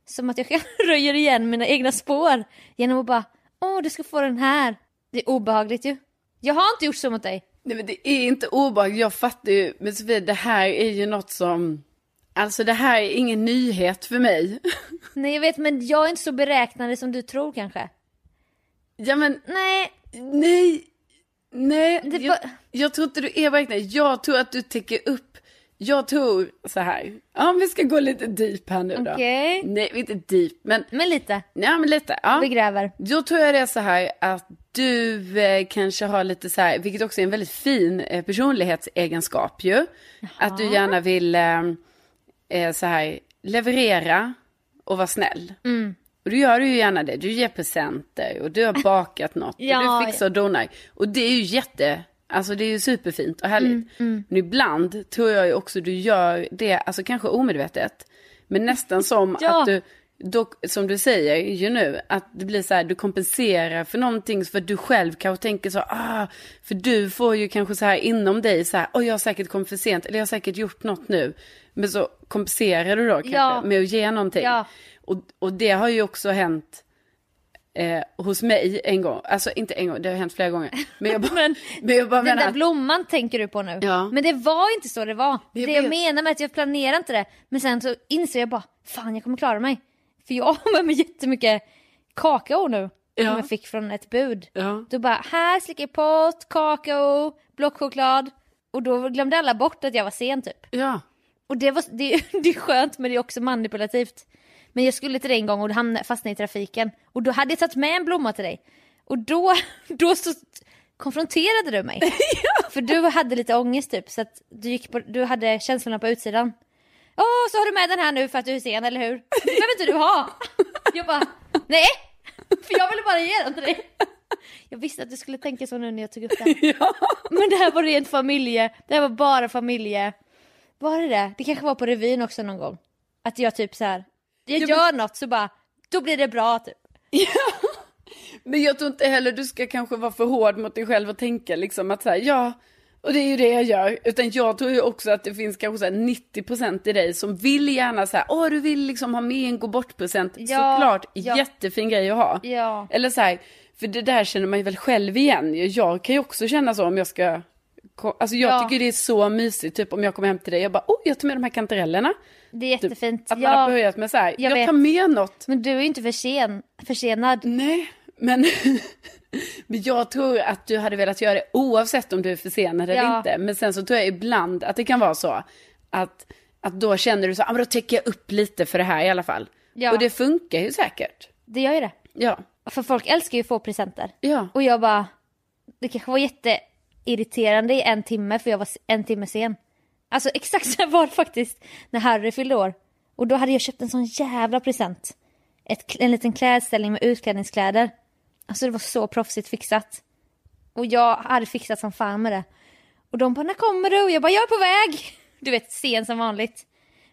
A: som att jag röjer igen mina egna spår genom att bara Åh, du ska få den här. Det är obehagligt ju. Jag har inte gjort så mot dig.
B: Nej men det är inte obehagligt, jag fattar ju. Men Sofie, det här är ju något som... Alltså det här är ingen nyhet för mig.
A: Nej, jag vet, men jag är inte så beräknande som du tror kanske.
B: Ja men
A: Nej,
B: nej, nej.
A: Det
B: jag,
A: var-
B: jag tror inte du är verkligen, jag tror att du täcker upp. Jag tror så här. Ja vi ska gå lite deep här nu då.
A: Okej.
B: Nej inte deep men,
A: men lite.
B: nej men lite. Ja.
A: Vi gräver.
B: Då tror jag det är så här att du eh, kanske har lite så här, vilket också är en väldigt fin eh, personlighetsegenskap ju. Att du gärna vill eh, eh, så här, leverera och vara snäll.
A: Mm.
B: Och du gör du ju gärna det. Du ger presenter och du har bakat något.
A: Ja,
B: och du fixar och donar. Och det är ju jätte, alltså det är ju superfint och härligt.
A: Mm,
B: Men ibland tror jag ju också du gör det, alltså kanske omedvetet. Men nästan som
A: Ja.
B: att du, dock, som du säger ju nu, att det blir så här, du kompenserar för någonting för att du själv kanske tänker så, ah, för du får ju kanske så här inom dig så här, oh, jag har säkert kommit för sent, eller jag har säkert gjort något nu. Men så kompenserar du då kanske
A: Ja.
B: med att ge någonting.
A: Ja.
B: Och, och det har ju också hänt eh, hos mig en gång, alltså inte en gång, det har hänt flera gånger. Men jag bara, men, jag bara
A: Den
B: menar
A: där
B: att-
A: blomman tänker du på nu.
B: Ja.
A: Men det var inte så det var.
B: Jag
A: det jag
B: vet.
A: menar med att jag planerar inte det. Men sen så inser jag bara, fan jag kommer klara mig. För jag har med mig jättemycket kakao nu. Som
B: Ja.
A: jag fick från ett bud.
B: Ja.
A: Då bara, här slickar jag pott, kakao, blockchoklad. Och då glömde alla bort att jag var sen typ.
B: Ja.
A: Och det, var, det, det är skönt men det är också manipulativt. Men jag skulle till dig en gång och hamnade, fastnade i trafiken. Och då hade jag tagit med en blomma till dig. Och då, då så konfronterade du mig. För du hade lite ångest typ. Så att du, gick på, du hade känslorna på utsidan. Åh, så har du med den här nu för att du är sen, eller hur? Det behöver inte du ha! Jag bara, nej! För jag ville bara ge den till dig. Jag visste att du skulle tänka så nu när jag tog upp den.
B: Ja.
A: Men det här var rent familje, det här var bara familje... Var det det? Det kanske var på revyn också någon gång. Att jag typ så här. jag
B: men-
A: gör något så bara, då blir det bra typ.
B: Men jag tror inte heller du ska kanske vara för hård mot dig själv och tänka liksom att så här, ja, och det är ju det jag gör. Utan jag tror ju också att det finns kanske så här 90% i dig som vill gärna så här, åh du vill liksom ha med en gå bort-present.
A: Ja,
B: Såklart,
A: ja.
B: jättefin grej att ha.
A: Ja.
B: Eller så här, för det där känner man ju väl själv igen. ju. Jag kan ju också känna så om jag ska, ko- alltså jag
A: Ja.
B: tycker det är så mysigt, typ om jag kommer hem till dig, jag bara, oh jag tar med de här kantarellerna.
A: Det är jättefint.
B: Typ, Att man har
A: Ja,
B: börjat med så här,
A: jag
B: jag, tar
A: vet.
B: med något.
A: men du är ju inte för sen, försenad.
B: Nej, men, men jag tror att du hade velat göra det oavsett om du är försenad eller
A: Ja.
B: inte. Men sen så tror jag ibland att det kan vara så att, att då känner du så, ah, men då täcker jag upp lite för det här i alla fall.
A: Ja.
B: Och det funkar ju säkert.
A: Det gör ju det.
B: Ja,
A: För folk älskar ju att få presenter.
B: ja,
A: Och jag bara, det kanske var jätteirriterande i en timme för jag var s- en timme sen. Alltså exakt så här var det faktiskt när Harry fyllde år. Och då hade jag köpt en sån jävla present. Ett, kl- en liten klädställning med utklädningskläder. Alltså det var så proffsigt fixat. Och jag hade fixat som fan med det. Och de bara, när kommer du? Och jag bara, jag är på väg! Du vet, sen som vanligt.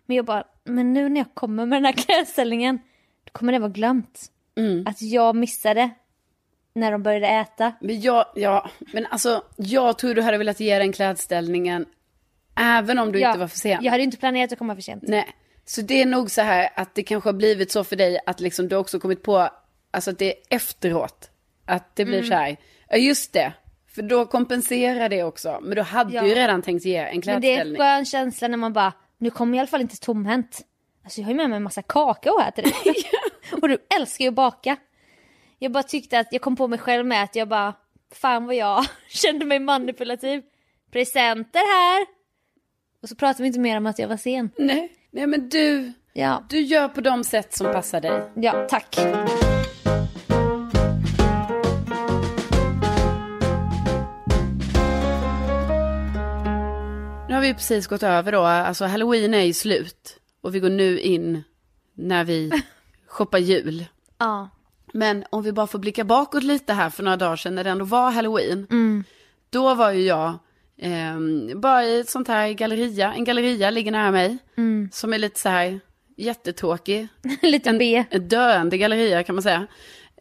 A: Men jag bara, men nu när jag kommer med den här klädställningen, då kommer det vara glömt. Att jag missade när de började äta.
B: men jag, ja, men alltså jag tror du hade velat ge den klädställningen även om du
A: Ja,
B: inte var försenad.
A: Jag hade ju inte planerat att komma för sent.
B: Nej, så det är nog så här att det kanske har blivit så för dig att liksom du har också kommit på, alltså att det är efteråt. Att det blir så här, ja just det, för då kompenserar det också. Men du hade
A: Ja.
B: ju redan tänkt ge en
A: Men det är en
B: klädställning.
A: skön känsla när man bara, nu kommer jag i alla fall inte tomhänt. Alltså jag har ju med mig en massa kakor här till dig. och du älskar ju att baka. Jag bara tyckte att, jag kom på mig själv med att jag bara, fan vad jag kände mig manipulativ. Presenter här! Och så pratade vi inte mer om att jag var sen.
B: Nej, nej men du,
A: Ja,
B: du gör på de sätt som passar dig.
A: ja tack.
B: Nu har vi ju precis gått över då, alltså halloween är ju slut. Och vi går nu in när vi shoppar jul.
A: Ja.
B: Men om vi bara får blicka bakåt lite här för några dagar sedan när det ändå var halloween. Då var ju jag ehm, bara i ett sånt här galleria, en galleria ligger nära mig. Som är lite så här jättetråkig.
A: Lite B.
B: En döende galleria kan man säga.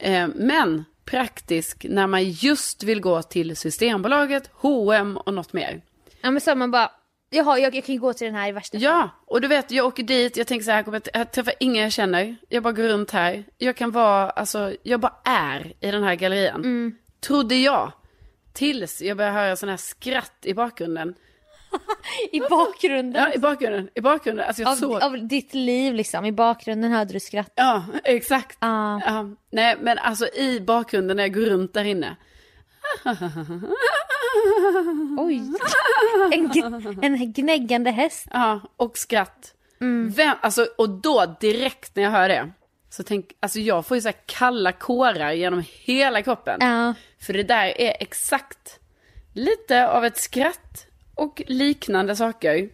B: Ehm, men praktisk när man just vill gå till Systembolaget, H&M och något mer.
A: Ja men så man bara, jaha jag, jag kan ju gå till den här i värsta fall.
B: Ja, och du vet jag åker dit, jag tänker så här, jag kommer att- jag träffar ingen jag känner. Jag bara går runt här. Jag kan vara, alltså jag bara är i den här gallerian.
A: Mm.
B: Trodde jag. Tills jag började höra sådana här skratt i bakgrunden.
A: I bakgrunden.
B: Ja, i bakgrunden, i bakgrunden. Alltså jag såg.
A: Av, av ditt liv liksom, i bakgrunden hörde du skratt.
B: Ja, exakt.
A: Ja.
B: Ja, nej, men alltså i bakgrunden när jag går runt där inne.
A: Oj! En, gn- en gnäggande häst.
B: Ja, och skratt.
A: Mm.
B: Vem, alltså, och då direkt när jag hör det. Så tänk, alltså jag får ju så här kalla kårar genom hela kroppen.
A: Ja.
B: För det där är exakt lite av ett skratt och liknande saker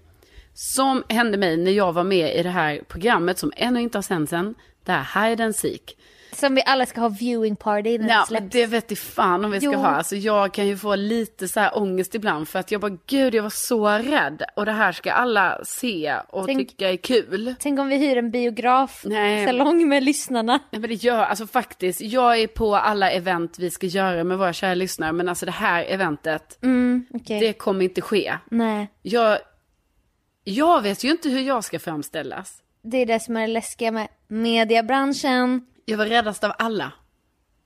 B: som hände mig när jag var med i det här programmet som ännu inte har sänts än. Det här Hide and Seek.
A: Som vi alla ska ha viewing party när
B: Ja,
A: det
B: men
A: släpps.
B: det vet i fan om vi ska
A: Jo.
B: ha. Alltså jag kan ju få lite så här ångest ibland för att jag bara gud jag var så rädd och det här ska alla se och
A: Tänk-
B: tycka är kul.
A: Tänk om vi hyr en biograf,
B: Nej.
A: salong med lyssnarna.
B: Nej men det gör, alltså faktiskt, jag är på alla event vi ska göra med våra kära lyssnare men alltså det här eventet,
A: Mm. Okej.
B: det kommer inte ske.
A: Nej,
B: Jag, jag vet ju inte hur jag ska framställas.
A: det är det som är det läskiga med mediebranschen.
B: Jag var räddast av alla.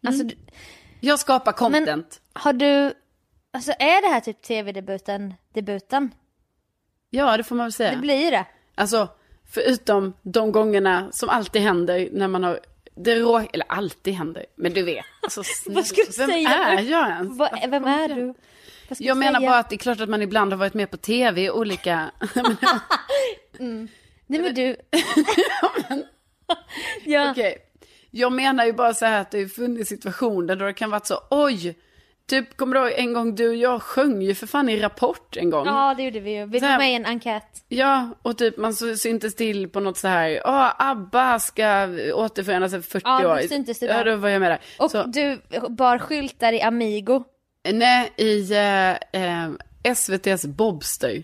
A: Alltså, du,
B: Jag skapar content.
A: har du... Alltså är det här typ tv-debuten? Debuten?
B: Ja, det får man väl säga.
A: Det blir ju det.
B: Alltså, förutom de gångerna som alltid händer när man har... Det rå... Eller alltid händer, men du vet. Alltså, snälla,
A: ska du
B: vem
A: säga
B: är
A: nu?
B: jag ens?
A: Va, vem är du? Vad ska
B: Jag
A: du
B: menar
A: säga?
B: bara att det är klart att man ibland har varit med på tv i olika...
A: Nej men du... ja.
B: Okej. Jag menar ju bara så här att det har funnits situationer då det kan vara så, oj, Typ, kommer du ihåg en gång du och jag sjöng ju för fan i Rapport en gång?
A: Ja, det gjorde vi ju. Vi
B: Så
A: tog
B: här-
A: med i en enkät.
B: Ja, och typ man så- syntes till på något så här, ja, ABBA ska återförenas efter 40
A: Ja, du
B: år.
A: syntes det
B: Ja,
A: där.
B: då var jag med där.
A: Och
B: så,
A: du bar skyltar i Amigo.
B: Nej, i eh, eh, SVT's Bobster.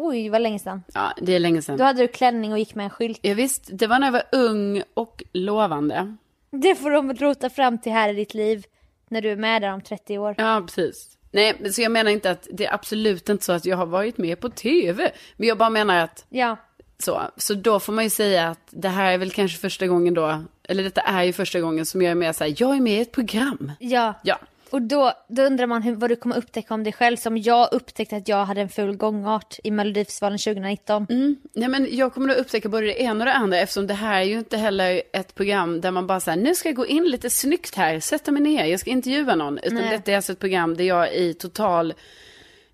A: Oj, vad länge sedan.
B: Ja, det är länge sedan.
A: Då hade du klänning och gick med en skylt.
B: Ja, visst, det var när jag var ung och lovande.
A: Det får de rota fram till här i ditt liv. När du är med där om 30 år.
B: Ja, precis. Nej, men så jag menar inte att det är absolut inte så att jag har varit med på tv. Men jag bara menar att
A: Ja.
B: så. Så då får man ju säga att det här är väl kanske första gången då, eller detta är ju första gången som jag är med så här, jag är med i ett program.
A: Ja.
B: Ja,
A: Och då, då undrar man hur, vad du kommer upptäcka om dig själv. Som jag upptäckte att jag hade en ful gångart i Melodifestivalen 2019.
B: Mm. Nej men jag kommer att upptäcka både det ena och det andra eftersom det här är ju inte heller ett program där man bara säger nu ska jag gå in lite snyggt här, sätta mig ner, jag ska intervjua någon. Utan
A: Nej.
B: detta är alltså ett program där jag i total,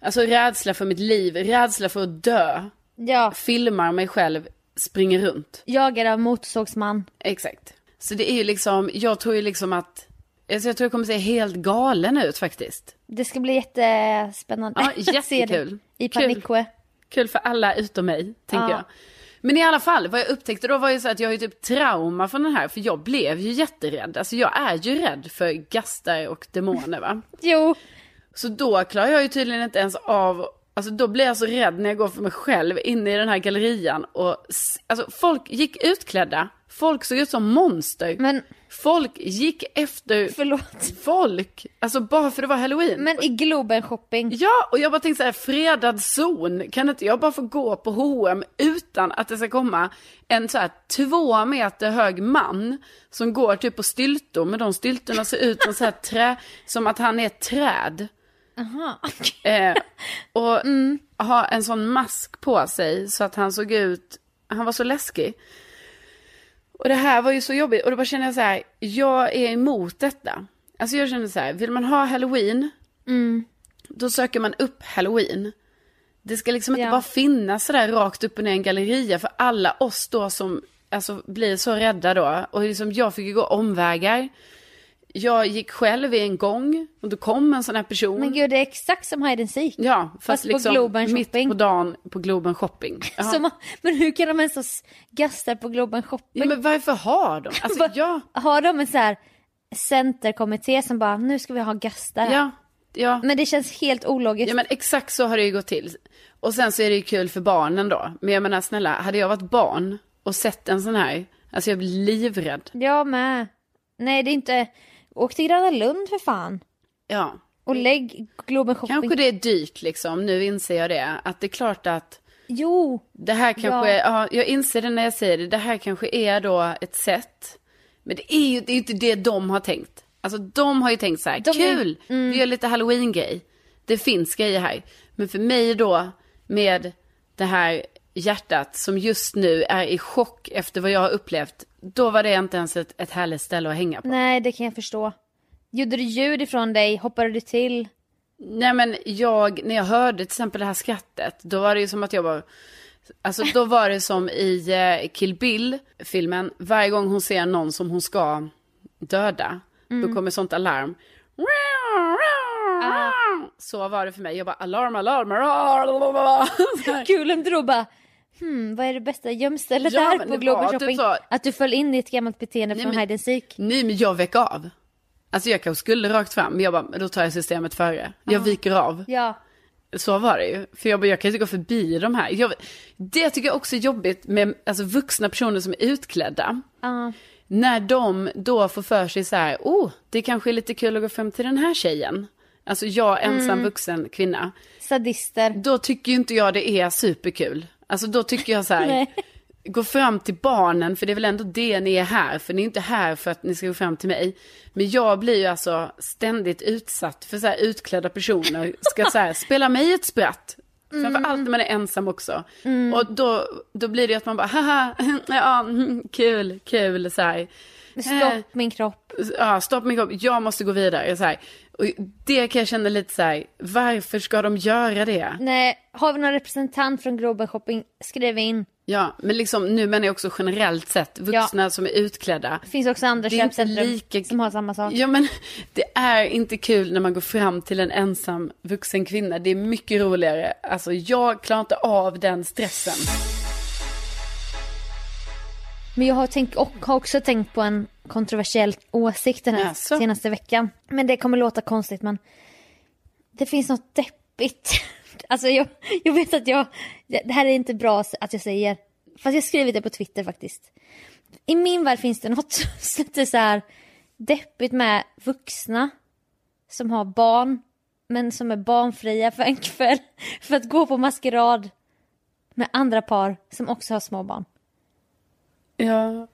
B: alltså rädsla för mitt liv, rädsla för att dö,
A: Ja.
B: filmar mig själv, springer runt.
A: Jagad av motorsågsman.
B: Exakt. Så det är ju liksom, jag tror ju liksom att, alltså jag tror jag kommer se helt galen ut faktiskt.
A: Det ska bli jättespännande.
B: Ja,
A: att se det
B: jättekul.
A: I
B: Kul.
A: Paniksjö.
B: Kul för alla utom mig, tänker
A: Ja.
B: jag. Men i alla fall, vad jag upptäckte då var ju så att jag har ju typ trauma från den här, för jag blev ju jätterädd. Alltså jag är ju rädd för gastar och demoner va.
A: Jo.
B: Så då klarar jag ju tydligen inte ens av, alltså då blir jag så rädd när jag går för mig själv inne i den här gallerian och, s- alltså folk gick utklädda, folk såg ut som monster.
A: Men
B: Folk gick efter
A: förlåt.
B: folk, alltså bara för det var halloween.
A: Men i Globen shopping.
B: Ja, och jag bara tänkte så här, fredad zon, kan inte jag bara få gå på H&M utan att det ska komma en så här två meter hög man som går typ på styltor, men de styltorna ser ut som så här trä, som att han är ett träd.
A: Aha.
B: Eh, och ha en sån mask på sig så att han såg ut, han var så läskig. Och det här var ju så jobbigt och då bara kände jag så här, jag är emot detta. Alltså jag känner så här, vill man ha halloween, då söker man upp halloween. Det ska liksom inte
A: Ja.
B: bara finnas sådär rakt upp och ner i en galleria för alla oss då som alltså, blir så rädda då. Och liksom, jag fick ju gå omvägar. Jag gick själv i en gång och då kom en sån här person.
A: Men gud, det är exakt som hide and seek.
B: Ja, fast,
A: Fast Alltså, på
B: liksom
A: Globen
B: mitt
A: shopping.
B: på dagen på Globen shopping. Ja.
A: Som, men hur kan de ens ha s- gastar på Globen shopping?
B: ja, men varför har de? Alltså,
A: Vad-
B: ja,
A: Har de en så här centerkommitté som bara nu ska vi ha gastar här?
B: ja, ja.
A: Men det känns helt ologiskt.
B: Ja men exakt så har det ju gått till. Och sen så är det ju kul för barnen då. Men jag menar snälla, hade jag varit barn och sett en sån här, alltså jag blir livrädd.
A: Jag med. Nej det är inte, åk till Gröna Lund för fan.
B: Ja.
A: Och lägg Globen shopping.
B: Mm. Kanske det är dyrt liksom, nu inser jag det. Att det är klart att
A: Jo,
B: det här kanske,
A: Ja.
B: ja. ja jag inser det när jag säger det, det här kanske är då ett sätt. Men det är ju det är ju inte det de har tänkt. Alltså de har ju tänkt så här,
A: De är- mm.
B: kul, vi gör lite halloween-grej. Det finns grejer här. Men för mig då, med det här hjärtat som just nu är i chock efter vad jag har upplevt, då var det inte ens ett, ett härligt ställe att hänga på.
A: nej det kan jag förstå. Gjorde du ljud ifrån dig? Hoppade du till?
B: Nej men jag, när jag hörde till exempel det här skrattet, då var det ju som att jag var Alltså då var det som i eh, Kill Bill filmen, varje gång hon ser någon som hon ska döda, då kommer sånt alarm. Så var det för mig, jag bara alarm, alarm, alarm. Så här.
A: Kul om du då bara, hmm vad är det bästa gömstället
B: Ja,
A: här
B: men
A: på
B: det
A: Globen
B: var typ
A: shopping?
B: så.
A: Att du föll in i ett gammalt beteende från
B: men-
A: hide and seek.
B: Nej men jag väcker av. Alltså jag kanske skulle rakt fram, men jag bara, men då tar jag systemet före. Jag viker av.
A: Ja,
B: Så var det ju. För jag, bara, jag kan inte gå förbi de här. Jag, det tycker jag också är jobbigt med alltså, vuxna personer som är utklädda.
A: ja.
B: När de då får för sig så här, oh, det kanske är lite kul att gå fram till den här tjejen. Alltså jag ensam vuxen kvinna.
A: sadister.
B: Då tycker ju inte jag det är superkul. Alltså då tycker jag så här,
A: Nej.
B: gå fram till barnen, för det är väl ändå det ni är här. För ni är inte här för att ni ska gå fram till mig. Men jag blir ju alltså ständigt utsatt för så här utklädda personer. Ska så här, spela mig ett spratt. Framförallt när man är ensam också. Och då, då blir det ju att man bara, haha, ja, mm, kul, kul, så här. Eh,
A: Stopp min kropp.
B: ja, stopp min kropp, jag måste gå vidare. Så här. Och det kan jag känna lite så här, varför ska de göra det?
A: Nej, har vi någon representant från Globen Shopping, skriv in.
B: Ja, men liksom, nu menar jag också generellt sett, vuxna som är utklädda.
A: Det finns också andra
B: Det är inte
A: köpcentrum
B: lika-
A: som har samma sak.
B: Ja, men det är inte kul när man går fram till en ensam vuxen kvinna. Det är mycket roligare. Alltså, jag klarar inte av den stressen.
A: Men jag har, tänkt, och har också tänkt på en kontroversiell åsikt den här
B: Jaså?
A: senaste veckan. Men det kommer låta konstigt men det finns något deppigt. Alltså jag, jag vet att jag, det här är inte bra att jag säger. Fast jag skrivit det på Twitter faktiskt. I min värld finns det något som är lite så här deppigt med vuxna som har barn men som är barnfria för en kväll för att gå på maskerad med andra par som också har små barn.
B: Ja,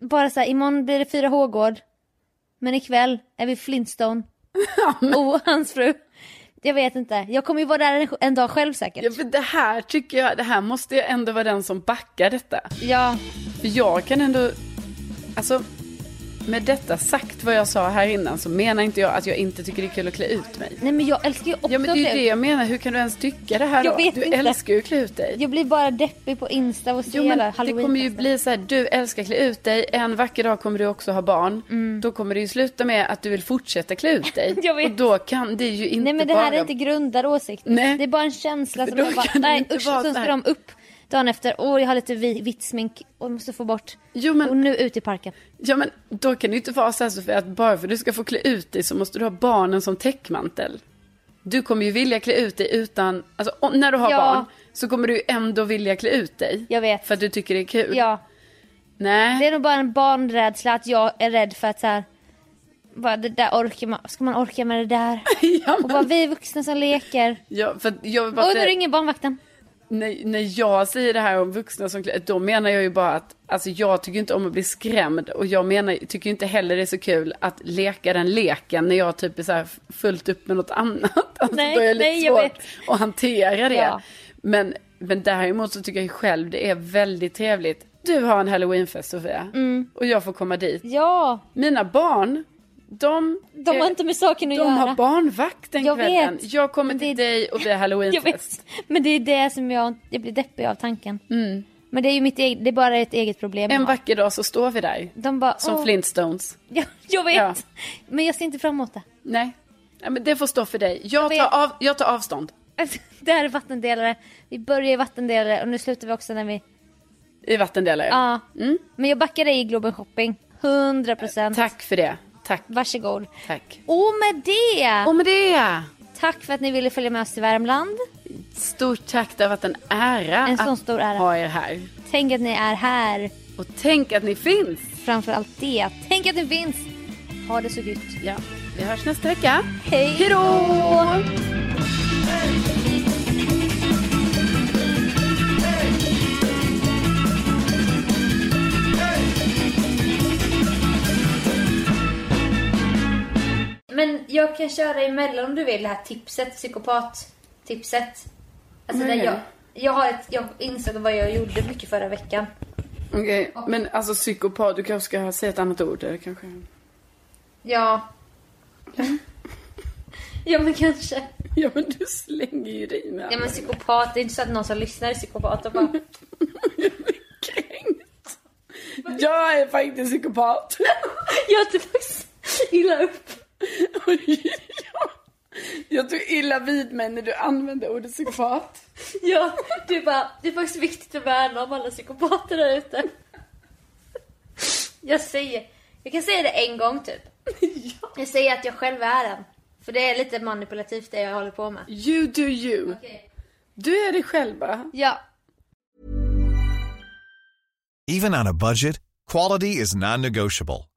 A: Bara så här, imorgon blir det fyra Hågård. Men ikväll är vi Flintstone. Och hans fru. Jag vet inte. Jag kommer ju vara där en, en dag själv säkert.
B: ja för det här tycker jag, det här måste jag ändå vara den som backar detta.
A: Ja.
B: För jag kan ändå, alltså, med detta sagt vad jag sa här innan så menar inte jag att jag inte tycker det är kul att klä ut mig.
A: Nej men jag älskar ju också typ-
B: Ja men det är ju det
A: det.
B: jag menar, hur kan du ens tycka det här
A: Jag
B: då?
A: vet
B: du
A: inte.
B: älskar ju att klä ut dig.
A: Jag blir bara deppig på Insta och ser
B: Jo men
A: hela
B: det
A: halloween.
B: kommer ju bli så här, du älskar att klä ut dig, en vacker dag kommer du också ha barn. Då kommer det ju sluta med att du vill fortsätta klä ut dig.
A: Mm. Jag vet.
B: Och då kan det ju inte
A: Nej men det här
B: bara...
A: är inte grundad åsikt.
B: Nej.
A: Det är bara en känsla
B: För
A: som
B: då
A: jag bara,
B: kan det
A: nej
B: inte
A: usch,
B: vara
A: sen
B: så
A: ska
B: här.
A: de upp dagen efter. Åh jag har lite vi- vitt smink och måste få bort.
B: Jo, men-
A: Och nu ut i parken.
B: Ja men då kan det ju inte vara så här Sofia, att bara för att du ska få klä ut dig så måste du ha barnen som täckmantel. Du kommer ju vilja klä ut dig utan, alltså om, när du har
A: Ja.
B: barn så kommer du ju ändå vilja klä ut dig.
A: Jag vet.
B: För att du tycker det är kul.
A: Ja.
B: Nej.
A: Det är nog bara en barnrädsla att jag är rädd för att så här, bara det där orkar man, ska man orka med det där?
B: ja,
A: Och
B: men,
A: bara vi vuxna som leker.
B: ja, för att jag vill bara
A: Och nu
B: säga-
A: ringer barnvakten.
B: när, när jag säger det här om vuxna som klä- då menar jag ju bara att alltså, jag tycker inte om att bli skrämd och jag menar, tycker inte heller det är så kul att leka den leken när jag typ är så här fullt upp med något annat. Alltså,
A: Nej,
B: då är det lite
A: nej, jag
B: svårt
A: vet.
B: att hantera det.
A: Ja.
B: Men, men däremot så tycker jag ju själv det är väldigt trevligt. Du har en halloweenfest Sofia
A: Mm.
B: och jag får komma dit.
A: Ja,
B: Mina barn, de...
A: de har inte med saken att
B: de
A: göra.
B: har barnvakt den
A: Jag
B: kvällen.
A: vet.
B: Jag kommer
A: Men
B: till
A: det-
B: dig och det är
A: jag
B: halloweenfest.
A: vet. Men det är det som jag, jag blir deppig av tanken. Men det är ju mitt eget, det är bara ett eget problem. jag
B: Mm. En
A: har.
B: vacker dag så står vi där.
A: De bara,
B: Som
A: "Åh."
B: Flintstones.
A: Ja, jag vet.
B: Ja.
A: Men jag ser inte fram emot det.
B: Nej. Nej, men det får stå för dig. Jag,
A: vet.
B: tar, av, jag tar avstånd.
A: Alltså, det här är vattendelare. Vi börjar i vattendelare och nu slutar vi också när vi...
B: I vattendelare.
A: Ja. Men jag backar dig i Globen Shopping. 100 procent.
B: Mm. Tack för det. Tack.
A: Varsågod.
B: Tack.
A: Och med det,
B: Och med det.
A: tack för att ni ville följa med oss till Värmland.
B: Stort tack. Det har varit en ära
A: En sån
B: att
A: stor ära.
B: ha er här.
A: Tänk att ni är här.
B: Och tänk att ni finns.
A: Framför allt det, tänk att ni finns. Ha det så gött.
B: Ja. Vi hörs nästa vecka.
A: Hej
B: Hej då!
A: Men jag kan köra emellan om du vill det här tipset, psykopat-tipset. Alltså
B: Vad är
A: där
B: det?
A: jag, jag, har ett, jag insåg vad jag gjorde mycket förra veckan.
B: Okej, men alltså psykopat. Du kanske ska säga ett annat ord. Eller kanske.
A: Ja. ja men kanske.
B: Ja, men du slänger ju dig med
A: Ja men psykopat, det är inte så att någon som lyssnar är psykopat och bara
B: Jag blir kränkt. Jag är faktiskt psykopat.
A: Jag tog illa upp.
B: Oj, ja. Jag tog illa vid mig när du använde ordet psykopat.
A: Ja, det är, bara, det är faktiskt viktigt att värna om alla psykopater där ute. Jag säger, jag kan säga det en gång typ. Jag säger att jag själv är en. För det är lite manipulativt det jag håller på med.
B: You do you. Du är dig själv va?
A: Ja,
C: Even on a budget, quality is non-negotiable.